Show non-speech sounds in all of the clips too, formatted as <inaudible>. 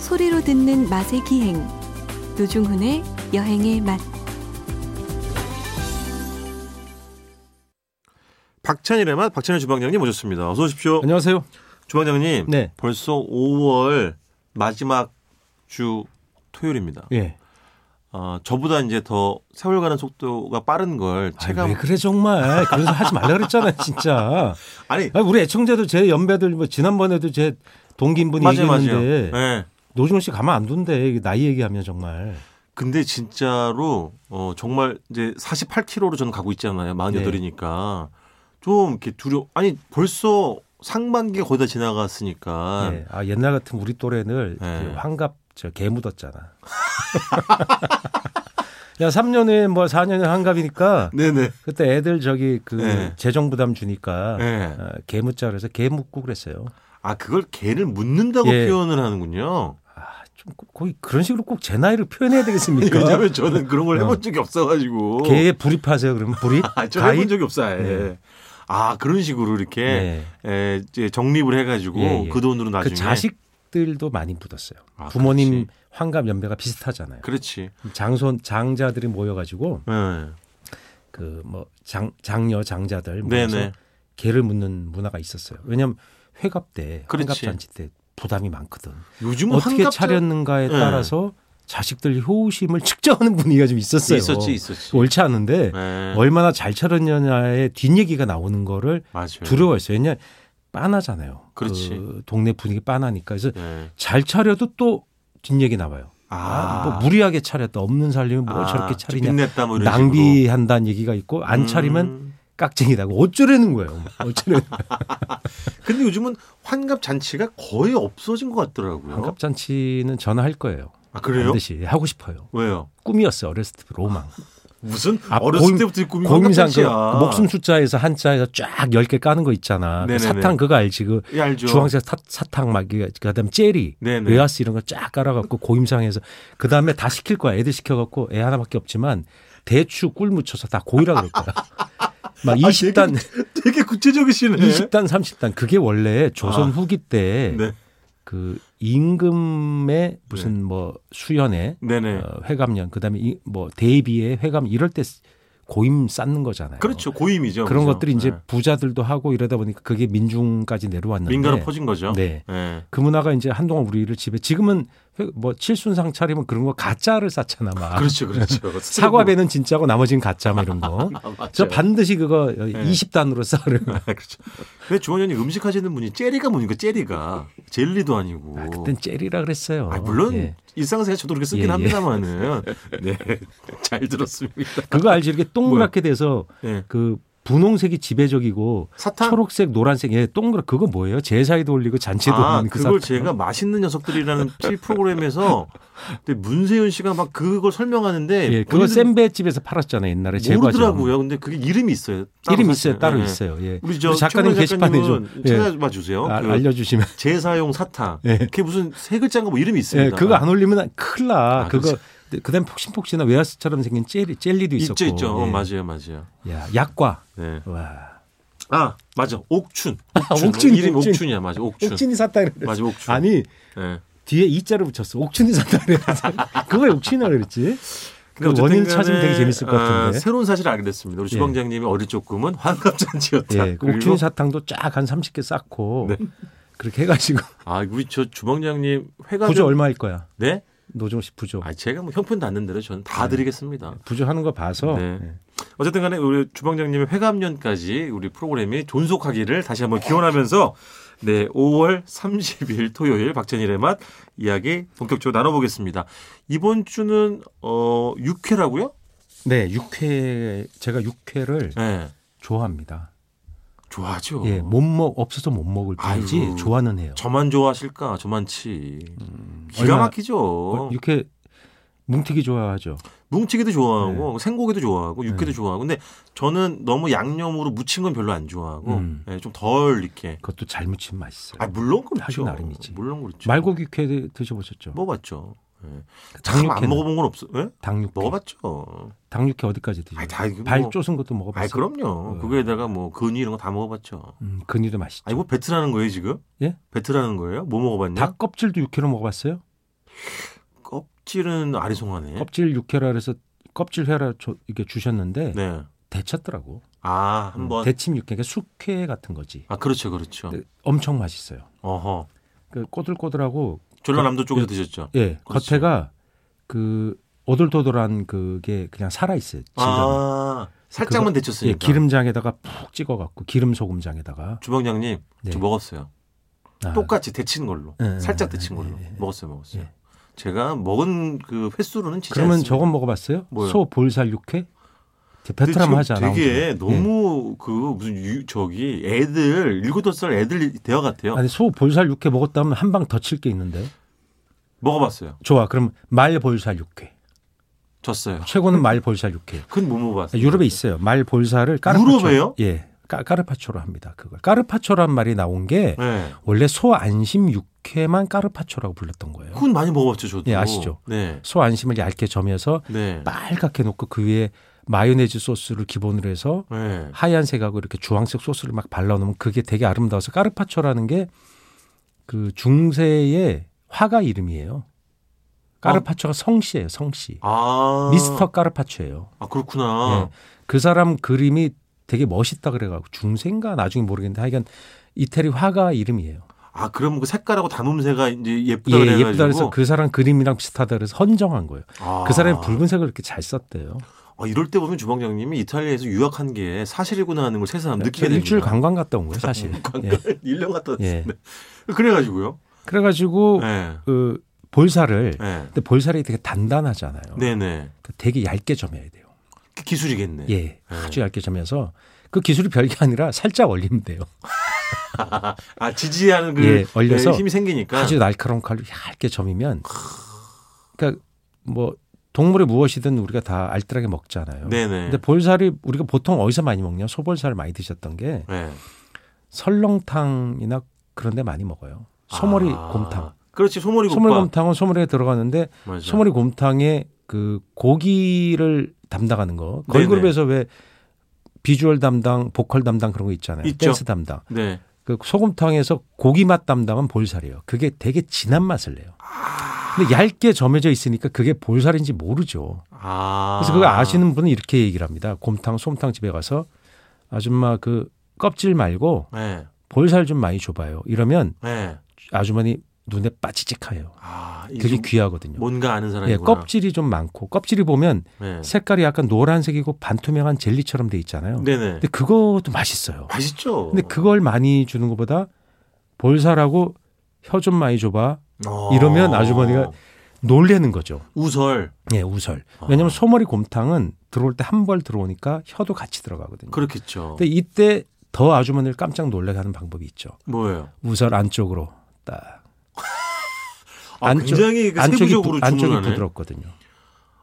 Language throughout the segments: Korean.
소리로 듣는 맛의 기행 노중훈의 여행의 맛 박찬일의 맛 박찬일 주방장님 모셨습니다. 어서 오십시오. 안녕하세요. 주방장님 네. 벌써 5월 마지막 주 토요일입니다. 예. 아, 저보다 이제 더 세월 가는 속도가 빠른 걸 아이, 체감 왜 그래 정말. 그래서 하지 말라 그랬잖아, <laughs> 진짜. 아니 아니, 우리 애청자들 제 연배들 뭐 지난번에도 제 동기인 분이 맞아요 맞아요. 얘기했는데 예. 노중훈 씨 가만 안 둔대. 이게 나이 얘기하면 정말. 근데 진짜로 어, 정말 이제 48km로 저는 가고 있잖아요. 48이니까 네. 좀 이렇게 두려. 아니 벌써 상반기가 거의 다 지나갔으니까 예. 아, 옛날 같은 우리 또래는 네. 그 환갑 저개 묻었잖아. <laughs> 야, 3년 후에 뭐 4년 후에 환갑이니까 네네. 그때 애들 저기 그 네. 재정 부담 주니까 네. 어, 개 묻자 그래서 개 묻고 그랬어요. 아 그걸 개를 묻는다고 예. 표현을 하는군요. 아, 좀 거- 거의 그런 식으로 꼭 제 나이를 표현해야 <laughs> 되겠습니까? 예, 왜냐하면 저는 그런 걸 해본 그러니까? 어. 적이 없어가지고. 개에 불입하세요 그러면 불입? <laughs> 아, 저 가입? 해본 적이 없어요. 예. 네. 아 그런 식으로 이렇게 네. 에, 이제 정립을 해가지고 예, 예. 그 돈으로 나중에 그 자식들도 많이 묻었어요. 아, 부모님 그렇지. 환갑 연배가 비슷하잖아요. 그렇지. 장손 장자들이 모여가지고 네. 그 뭐 장 장녀 장자들 모여서 네네. 개를 묻는 문화가 있었어요. 왜냐하면 회갑 때 그렇지. 환갑 잔치 때 부담이 많거든. 요즘은 어떻게 환갑자- 차렸는가에 네. 따라서 자식들 효심을 <laughs> 측정하는 분위기가 좀 있었어요. 있었지 있었지. 옳지 않은데 네. 얼마나 잘 차렸느냐의 뒷얘기가 나오는 거를 맞아요. 두려워했어요. 왜냐 빤하잖아요. 네. 그렇지. 그 동네 분위기 빤하니까 그래서 네. 잘 차려도 또 뒷얘기 나와요. 아, 뭐 무리하게 차렸다. 없는 살림을 뭐 아, 저렇게 차리냐. 빚냈다 뭐 이런 식으로. 낭비한다는 얘기가 있고 안 차리면 음. 깍쟁이다고 어쩌려는 <laughs> 거예요. 어쩌려는 근데 요즘은 환갑 잔치가 거의 없어진 것 같더라고요. 환갑잔치는 전화할 거예요. 아 그래요? 반드시 하고 싶어요. 왜요? 꿈이었어요. 어렸을 때 로망. 무슨 아, 어렸을 고임- 때부터 꿈이 환갑 고임상 그 잔치야. 목숨 숫자에서 한자에서 쫙 열 개 까는 거 있잖아. 그 네네네. 사탕 그거 알지? 그 예, 알죠. 주황색 사, 사탕 막 이게 그다음 에 젤리, 네네. 외화스 이런 거 쫙 깔아갖고 고임상에서 그다음에 다 시킬 거야. 애들 시켜갖고 애 하나밖에 없지만 대추 꿀 묻혀서 다 고이라 <laughs> 그럴 거야. 막 아, 20단, <laughs> 되게, 되게 구체적이시네. 20단, 30단 그게 원래 아. 조선 후기 때 그 네. 임금의 무슨 뭐 수연에 네네. 어, 회감년 그다음에 이, 뭐 대비에 회감 이럴 때 고임 쌓는 거잖아요. 그렇죠. 고임이죠. 어. 그런 그죠? 것들이 이제 네. 부자들도 하고 이러다 보니까 그게 민중까지 내려왔는데 민가로 퍼진 거죠. 네. 네. 그 문화가 이제 한동안 우리를 집에 지금은 회- 뭐 칠순상 차리면 그런 거 가짜를 쌓잖아 막 그렇죠, 그렇죠. <laughs> 사과배는 진짜고 나머지는 가짜 막 <laughs> 이런 거 저 아, 맞죠. 반드시 그거 네. 20단으로 쌓으려 그렇죠. 근데 주원현이 음식 하시는 분이 젤리가 뭡니까? 젤리가 젤리도 아니고. 아, 그땐 젤이라 그랬어요. 아, 물론 예. 일상생활 저도 그렇게 예, 쓰긴 예. <laughs> 합니다만은. 네, 잘 들었습니다. 그거 알지 이렇게 동그랗게 돼서 네. 그 분홍색이 지배적이고 사탕. 초록색 노란색 예 동그랗 그거 뭐예요? 제사에도 올리고 잔치에도 아, 올리는 그 그걸 사탕. 제가 맛있는 녀석들이라는 TV <laughs> 프로그램에서 근데 문세윤 씨가 막 그걸 설명하는데 예, 그거 본인들은 센베 집에서 팔았잖아요 옛날에 네, 제과점. 모르더라고요. 근데 그게 이름이 있어요. 따로 이름 사실은. 있어요 따로 네. 있어요. 예. 우리 저 작가님 최근에 게시판에 좀 작가님은 예. 찾아봐 주세요. 아, 그 알려주시면. 제사용 사탕. 예. 그게 무슨 세 글자인가 뭐 이름이 예, 있습니다. 그거 안 올리면 큰일 나. 아, 그거 그다음 폭신폭신한 웨하스처럼 생긴 젤리, 젤리도 있었고. 있죠, 있죠. 어, 예. 맞아요, 맞아요. 야, 약과. 네. 와. 아, 맞아. 옥춘. 아, 옥춘. 옥춘, 이름 옥춘. 옥춘이야, 맞아. 옥춘. 옥춘이 샀다 그랬어. 맞아, 옥춘. 아니 네. 뒤에 이자를 붙였어. 옥춘이 샀다 그랬어. <laughs> 그거 왜 옥춘이라 그랬지? 그 어쨌든 원인 간에, 찾으면 되게 재밌을 것 아, 같은데. 새로운 사실을 알게 됐습니다. 우리 주방장님이 어릴 적 꿈은 환갑잔치였다. 예, 그 그리고- 옥춘 사탕도 쫙 한 30개 쌓고 네. <laughs> 그렇게 해가지고 아, 우리 저 주방장님 회가 부조 얼마일 거야? 네? 노종 씨 부조. 네. 아, 제가 뭐 형편 닿는 대로 저는 다 드리겠습니다. 부조 하는 거 봐서 네. 예. 어쨌든 간에 우리 주방장님의 회감년까지 우리 프로그램이 존속하기를 다시 한번 기원하면서 네, 5월 30일 토요일 박찬일의 맛 이야기 본격적으로 나눠보겠습니다. 이번 주는 어 6회라고요? 네, 육회 제가 육회를 네. 좋아합니다. 좋아하죠. 예, 못먹 없어서 못 먹을 뿐이지 아이고. 좋아는 해요. 저만 좋아하실까? 저만치. 기가 음, 얼마나- 뭐 막히죠. 육회 뭉티기 좋아하죠. 뭉치기도 좋아하고 생고기도 좋아하고 육회도 네. 좋아하고 근데 저는 너무 양념으로 무친 건 별로 안 좋아하고 네, 음. 좀 덜 이렇게 그것도 잘 무침 맛있어요. 아 물론 하기 그렇죠. 나름이지. 물론 그렇죠. 말고기 육회 드셔보셨죠? 먹어봤죠. 예. 당육회는? 뭐, 참안 먹어본 건 없어. 예? 당육회. 먹어봤죠. 당육회 어디까지 드셔요? 아이, 다 이거 발 뭐- 쪼순 것도 먹어봤어요. 아이 그럼요. 네. 그거에다가 뭐 근이 이런 거 다 먹어봤죠. 음, 근이도 맛있죠. 아니 뭐 배틀하는 거예요 지금? 예? 배틀하는 거예요? 뭐 먹어봤냐? 닭 껍질도 육회로 먹어봤어요? 껍질은 아리송하네. 껍질 육회라 그래서 껍질 회라 저- 이렇게 주셨는데 네. 데쳤더라고. 아, 한번. 데침 육회, 그러니까 숙회 같은 거지. 아, 그렇죠, 그렇죠. 근데 엄청 맛있어요. 어허. 그 꼬들꼬들하고 전라남도 쪽에서 드셨죠. 예 그렇지. 겉에가 그 오돌토돌한 그게 그냥 살아 있어요. 아, 살짝만 데쳤으니까. 예, 기름장에다가 푹 찍어갖고 기름 소금장에다가 주방장님, 네. 저 먹었어요. 아, 똑같이 데친 걸로. 예, 살짝 예, 데친 걸로. 예, 예. 먹었어요, 먹었어요. 예. 제가 먹은 그 횟수로는 진짜. 그러면 저건 먹어봤어요? 뭐요? 소 볼살 육회? 저 베트남 하지 않아? 되게 오늘. 예. 너무 그 무슨 유, 저기 애들 일곱 여덟 살 애들 대화 같아요. 아니 소 볼살 육회 먹었다면 한 방 더 칠 게 있는데. 먹어봤어요. 좋아. 그럼 말 볼살 육회. 졌어요. 최고는 말 볼살 육회. 그건 못 먹어봤어요. 네. 유럽에 있어요. 말 볼살을 까르파초. 유럽에요? 예. 까, 까르파초로 합니다. 그걸. 까르파초란 말이 나온 게 네. 원래 소 안심 육회만 까르파초라고 불렀던 거예요. 그건 많이 먹어봤죠, 저도. 예, 아시죠? 네. 소 안심을 얇게 점여서 네. 빨갛게 놓고 그 위에 마요네즈 소스를 기본으로 해서 네. 하얀색하고 이렇게 주황색 소스를 막 발라놓으면 그게 되게 아름다워서 까르파초라는 게 그 중세의 화가 이름이에요. 까르파초가 성씨예요, 성씨. 아. 미스터 까르파초예요. 아, 그렇구나. 예. 그 사람 그림이 되게 멋있다 그래가지고 중세인가 나중에 모르겠는데 하여간 이태리 화가 이름이에요. 아, 그럼 그 색깔하고 담음새가 이제 예, 예쁘다 그래가지고. 예쁘다 그래서 그 사람 그림이랑 비슷하다 그래서 헌정한 거예요. 아. 그 사람이 붉은색을 이렇게 잘 썼대요. 아, 이럴 때 보면 주방장님이 이탈리아에서 유학한 게 사실이구나 하는 걸 새삼 느끼게 됩니다. 네, 일주일 관광 갔다 온 <laughs> 거예요, 사실. 예. 일년 네, 갔다 예. 왔는데. 그래가지고요. 그래가지고 네. 그 볼살을 네. 근데 볼살이 되게 단단하잖아요. 네네. 그러니까 되게 얇게 점여야 돼요. 그 기술이겠네. 예, 아주 얇게 점여서 그 기술이 별게 아니라 살짝 올리면 돼요. 아, 지지하는 그 예, 얼려서 힘이 생기니까. 아주 날카로운 칼로 얇게 점이면 그러니까 뭐 동물의 무엇이든 우리가 다 알뜰하게 먹잖아요. 네네. 근데 볼살이 우리가 보통 어디서 많이 먹냐? 소볼살 많이 드셨던 게 네. 설렁탕이나 그런 데 많이 먹어요. 소머리 아, 곰탕. 그렇지, 소머리 곰탕. 소머리 곰탕은 소머리에 들어가는데 맞아. 소머리 곰탕에 그 고기를 담당하는 거. 네네. 걸그룹에서 왜 비주얼 담당, 보컬 담당 그런 거 있잖아요. 있죠. 댄스 담당. 네. 그 소금탕에서 고기 맛 담당은 볼살이에요. 그게 되게 진한 맛을 내요. 근데 얇게 점해져 있으니까 그게 볼살인지 모르죠. 아. 그래서 그거 아시는 분은 이렇게 얘기를 합니다. 곰탕, 솜탕 집에 가서 아줌마 그 껍질 말고 네. 볼살 좀 많이 줘봐요. 이러면 네. 아주머니 눈에 빠지직해요. 아, 이게 그게 좀 귀하거든요. 뭔가 아는 사람이구나. 예, 껍질이 좀 많고 껍질이 보면 네. 색깔이 약간 노란색이고 반투명한 젤리처럼 돼 있잖아요. 네네. 근데 그것도 맛있어요. 맛있죠. 근데 그걸 많이 주는 것보다 볼살하고 혀 좀 많이 줘봐 어. 이러면 아주머니가 놀래는 거죠. 우설 예, 우설. 아. 왜냐하면 소머리 곰탕은 들어올 때 한 벌 들어오니까 혀도 같이 들어가거든요. 그렇겠죠. 근데 이때 더 아주머니를 깜짝 놀라게 하는 방법이 있죠. 뭐예요? 우설 안쪽으로 딱 아, 안쪽- 굉장히 그 안쪽이 세부적으로 부, 안쪽이 주문하네. 부드럽거든요.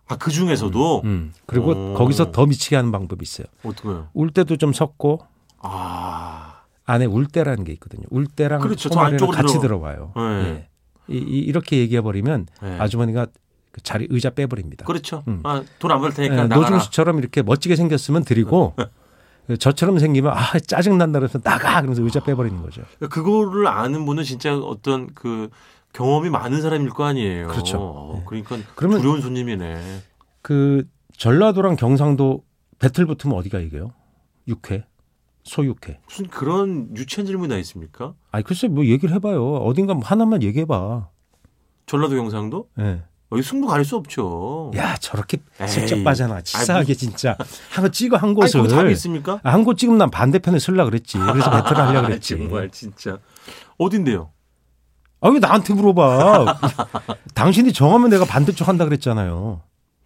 아, 그 중에서도 음. 그리고 오. 거기서 더 미치게 하는 방법이 있어요. 어떻게요? 울 때도 좀 섞고 아, 안에 울 때라는 게 있거든요. 울 때랑 그렇죠. 더 소머리랑 안쪽으로 같이 들어- 들어와요. 예. 예. 이, 이, 이렇게 얘기해 버리면 네. 아주머니가 그 자리 의자 빼버립니다. 그렇죠. 음. 아, 돈 안 벌 예, 테니까 나가라. 노중 씨처럼 이렇게 멋지게 생겼으면 드리고 예. <laughs> 저처럼 생기면 아 짜증 난다 그래서 나가 그러면서 의자 빼버리는 거죠. 그거를 아는 분은 진짜 어떤 그 경험이 많은 사람일 거 아니에요. 그렇죠. 어, 네. 그러니까 그러면- 두려운 손님이네. 그 전라도랑 경상도 배틀 붙으면 어디가 이겨요? 육회, 소육회. 무슨 그런 유치한 질문이 다 있습니까? 아니 글쎄 뭐 얘기를 해봐요. 어딘가 뭐 하나만 얘기해봐. 전라도 경상도? 예. 어, 이거 승부 가릴 수 없죠. 야 저렇게 어. 에이. 뭐 슬쩍 빠져나 <laughs> 치사하게 진짜 한거 찍어 한 아니, 곳을 그거 답이 있습니까? 아, 아, 한곳 찍으면 난 반대편에 쓸라 그랬지. 그래서 배틀을 하려 아, <laughs> 그랬지. 정말 진짜. 어딘데요? 아, 왜 나한테 <laughs> 물어봐. 당신이 정하면 내가 반대쪽 한다 그랬잖아요.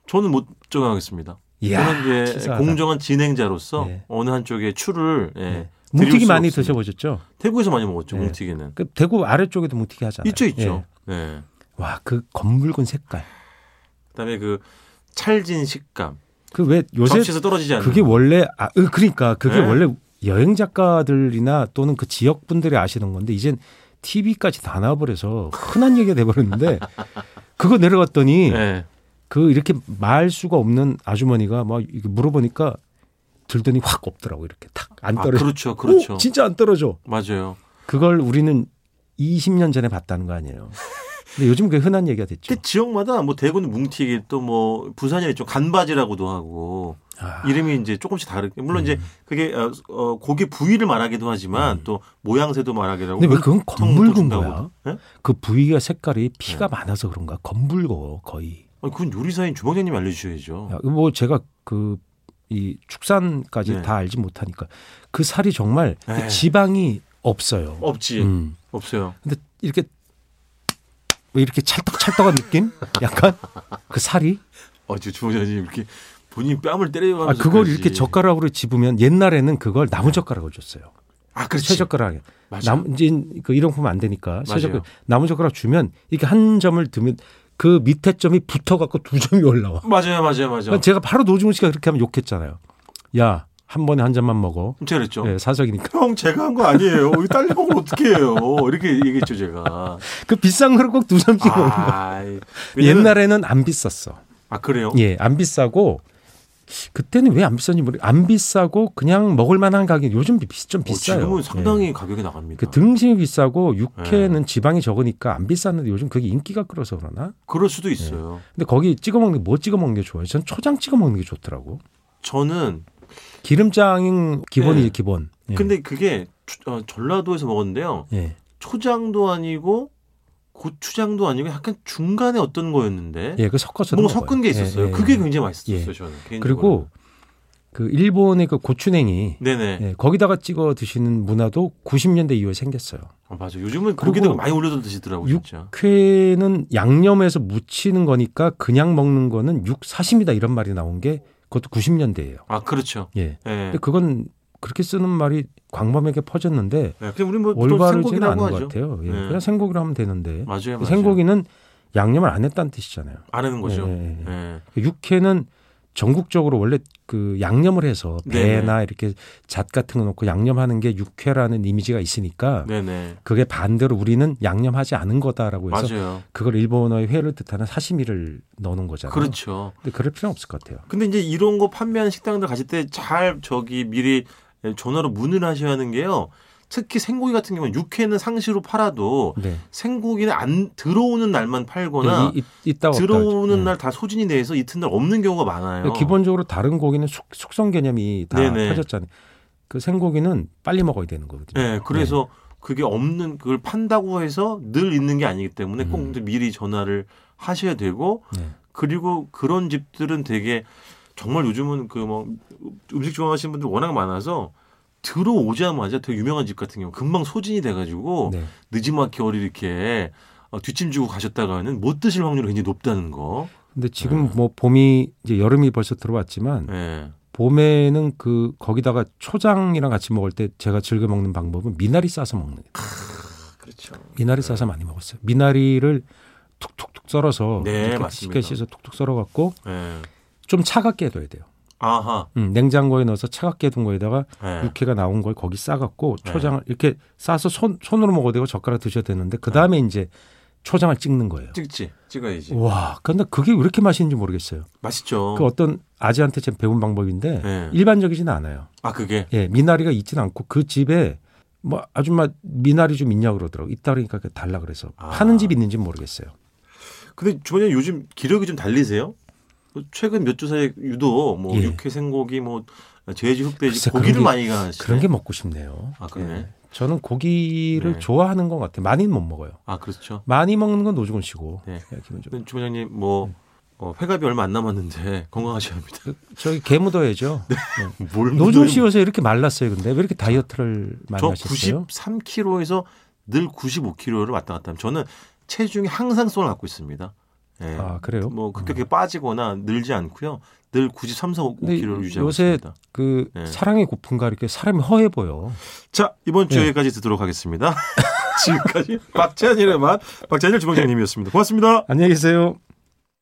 저는 못 정하겠습니다. 이야, 저는 이제 치사하다. 공정한 진행자로서 예. 어느 한쪽에 추를 예, 네. 드릴 뭉티기 수가 많이 없습니다. 드셔보셨죠? 태국에서 많이 먹었죠. 예. 뭉티기는. 그 대구 아래쪽에도 뭉티기 하잖아요. 있죠, 예. 있죠. 예. 와, 그 검붉은 색깔. 그다음에 그 찰진 식감. 그 왜 요새 접시에서 떨어지지 않는. 그게 원래 아, 으, 그러니까 그게 예. 원래 여행 작가들이나 또는 그 지역 분들이 아시는 건데 이젠 TV까지 다 나와버려서 흔한 <laughs> 얘기가 돼버렸는데 그거 내려갔더니 예. 그 이렇게 말 수가 없는 아주머니가 막 이렇게 물어보니까 들더니 확 없더라고 이렇게 탁 안 아, 떨어져. 그렇죠, 그렇죠. 오, 진짜 안 떨어져. 맞아요. 그걸 우리는 20년 전에 봤다는 거 아니에요. 근데 요즘 그게 흔한 얘기가 됐죠. 근데 지역마다 뭐 대구는 뭉티기 또 뭐 부산이 좀 간바지라고도 하고 아, 음. 이름이 이제 조금씩 다르게 물론 이제 그게 어, 어, 고기 부위를 말하기도 하지만 또 모양새도 말하기도 하고 근데 왜 그건 검붉은 정도 거야? 예? 그 부위가 색깔이 피가 많아서 그런가? 검붉어 거의. 아니, 그건 요리사인 주방장님이 알려주셔야죠. 야, 뭐 제가 그 이 축산까지 네. 다 알지 못하니까 그 살이 정말 그 네. 지방이 없어요. 없지 음. 없어요. 근데 이렇게 왜 이렇게 찰떡찰떡한 느낌? 약간 그 살이 어제 주방장님 이렇게 본인 뺨을 때려가면서 아, 그걸 그러지. 이렇게 젓가락으로 집으면 옛날에는 그걸 나무 젓가락을 줬어요. 아 네. 그렇지 쇠 젓가락에. 맞아. 남 이제 그 일용품 안 되니까 쇠 맞아요. 젓가락 나무 젓가락 주면 이렇게 한 점을 두면 그 밑에 점이 붙어 갖고 두 점이 올라와. 맞아요 맞아요 맞아요. 그러니까 제가 바로 노중훈 씨가 그렇게 하면 욕했잖아요. 야, 한 번에 한 잔만 먹어. 제가 그랬죠. 예, 사석이니까. 형 제가 한 거 아니에요. 이 딸려먹을 어떻게 해요? 이렇게 얘기했죠 <laughs> 제가. 그 비싼 거를 꼭 두 점씩 먹는 거야. 아, 옛날에 옛날에는 안 비쌌어. 아 그래요? 예, 안 비싸고 그때는 왜 안 비쌌는지 모르겠어요. 안 비싸고 그냥 먹을 만한 가격. 요즘 비, 좀 어, 비싸요. 지금은 상당히 예. 예. 가격이 나갑니다. 그 등심이 비싸고 육회는 지방이 적으니까 안 비쌌는데 요즘 그게 인기가 끌어서 그러나? 그, 럴 수도 있어요. 근데 거기 찍어 먹는 게 뭐 찍어 먹는 게 좋아요? 전 초장 찍어 먹는 게 좋더라고. 저는 기름장인 기본이 예. 기본. 예. 근데 그게 주- 어, 전라도에서 먹었는데요. 예. 초장도 아니고 고추장도 아니고 약간 중간에 어떤 거였는데 예, 그 섞어서 뭔가 섞은 게 있었어요. 그게 굉장히 맛있었어요. 예. 저는 그리고 그 일본의 그 고추냉이 네네 예, 거기다가 찍어 드시는 문화도 90년대 이후에 생겼어요. 아, 맞아. 요즘은 그리고 고기도 많이 올려서 드시더라고 요 육- 진짜. 쾌는 양념해서 무치는 거니까 그냥 먹는 거는 육 사심이다 이런 말이 나온 게 그것도 90년대예요. 아 그렇죠. 예. 예. 근데 그건 그렇게 쓰는 말이 광범위하게 퍼졌는데 예, 그냥 우리 뭐 보통 올바르지는 않은 생고기라고 것 하죠. 같아요. 예. 네. 그냥 생고기로 하면 되는데 맞아요, 맞아요. 생고기는 양념을 안 했다는 뜻이잖아요. 안 하는 거죠. 예, 예, 예. 예. 육회는 전국적으로 원래 그 양념을 해서 네, 배나 이렇게 잣 같은 거 넣고 양념하는 게 육회라는 이미지가 있으니까 네네. 그게 반대로 우리는 양념하지 않은 거다라고 해서 맞아요. 그걸 일본어의 회를 뜻하는 사시미를 넣는 거잖아요. 그렇죠. 근데 그럴 필요는 없을 것 같아요. 근데 이제 이런 거 판매하는 식당들 가실 때 잘 저기 미리 전화로 문을 하셔야 하는 게요. 특히 생고기 같은 경우는 육회는 상시로 팔아도 네. 생고기는 안 들어오는 날만 팔거나 예, 이, 이, 있다 없다. 들어오는 네. 날 다 소진이 돼서 이튿날 없는 경우가 많아요. 예, 기본적으로 다른 고기는 숙, 숙성 개념이 다 네네. 퍼졌잖아요. 그 생고기는 빨리 먹어야 되는 거거든요. 네, 그래서 예. 그게 없는 그걸 판다고 해서 늘 있는 게 아니기 때문에 꼭 음. 미리 전화를 하셔야 되고 네. 그리고 그런 집들은 되게 정말 요즘은 그 뭐 음식 좋아하시는 분들 워낙 많아서 들어오자마자 되게 유명한 집 같은 경우 금방 소진이 돼가지고 네. 늦지막히 어리 이렇게 어, 뒷짐 주고 가셨다가는 못 드실 확률이 굉장히 높다는 거. 근데 지금 네. 뭐 봄이 이제 여름이 벌써 들어왔지만 예. 봄에는 그 거기다가 초장이랑 같이 먹을 때 제가 즐겨 먹는 방법은 미나리 싸서 먹는 거예요. 그렇죠. 미나리 싸서 많이 먹었어요. 미나리를 툭툭툭 썰어서 네, 이렇게 맞습니다. 쉽게 씻어 툭툭 썰어 갖고 예. 좀 차갑게 해둬야 돼요. 아하. 음, 냉장고에 넣어서 차갑게 해둔 거에다가 예. 육회가 나온 걸 거기 싸갖고 네. 초장을 이렇게 싸서 손, 손으로 먹어도 되고 젓가락 드셔도 되는데 그 다음에 이제 초장을 찍는 거예요. 찍지. 네. 찍어야지. 와, 근데 그게 왜 이렇게 맛있는지 모르겠어요. 맛있죠. 그 어떤 아재한테 제가 배운 방법인데 예. 일반적이진 않아요. 아 그게. 예, 미나리가 있진 않고 그 집에 뭐 아줌마 미나리 좀 있냐 그러더라고. 있다 그러니까 달라 그래서 아. 파는 집 있는지 는 모르겠어요. 근데 주원님 요즘 기력이 좀 달리세요? 뭐 최근 몇 주 사이 에 유도 뭐 예. 육회 생고기 뭐 제주 흑돼지 글쎄, 고기를 그런 많이 게- 가시 그런 게 먹고 싶네요. 아, 그러네. 예. 저는 고기를 네. 좋아하는 것 같아요. 많이는 못 먹어요. 아 그렇죠. 많이 먹는 건 노중훈 씨고 네. 예, 기본적으로. 근데 주원장님 뭐 어, 회갑이 얼마 안 남았는데 <laughs> 건강하셔야 합니다. 그, 저기 <laughs> 개 묻어야죠. 네, 예. 뭘 노준 씨 요새 이렇게 말랐어요. 근데 왜 이렇게 다이어트를 많이 저 하셨어요? 93kg에서 늘 95kg를 왔다 갔다 하면 저는 체중이 항상성을 갖고 있습니다. 예. 아 그래요? 뭐 급격히 빠지거나 늘지 않고요. 늘 93, 5kg를 근데 유지하고 요새- 있습니다. 그 네. 사랑의 고픈가 이렇게 사람이 허해 보여. 자 이번 주 네. 여기까지 듣도록 <laughs> 하겠습니다. 지금까지 박찬일의 맛 박찬일 주방장님이었습니다. 고맙습니다. 안녕히 계세요.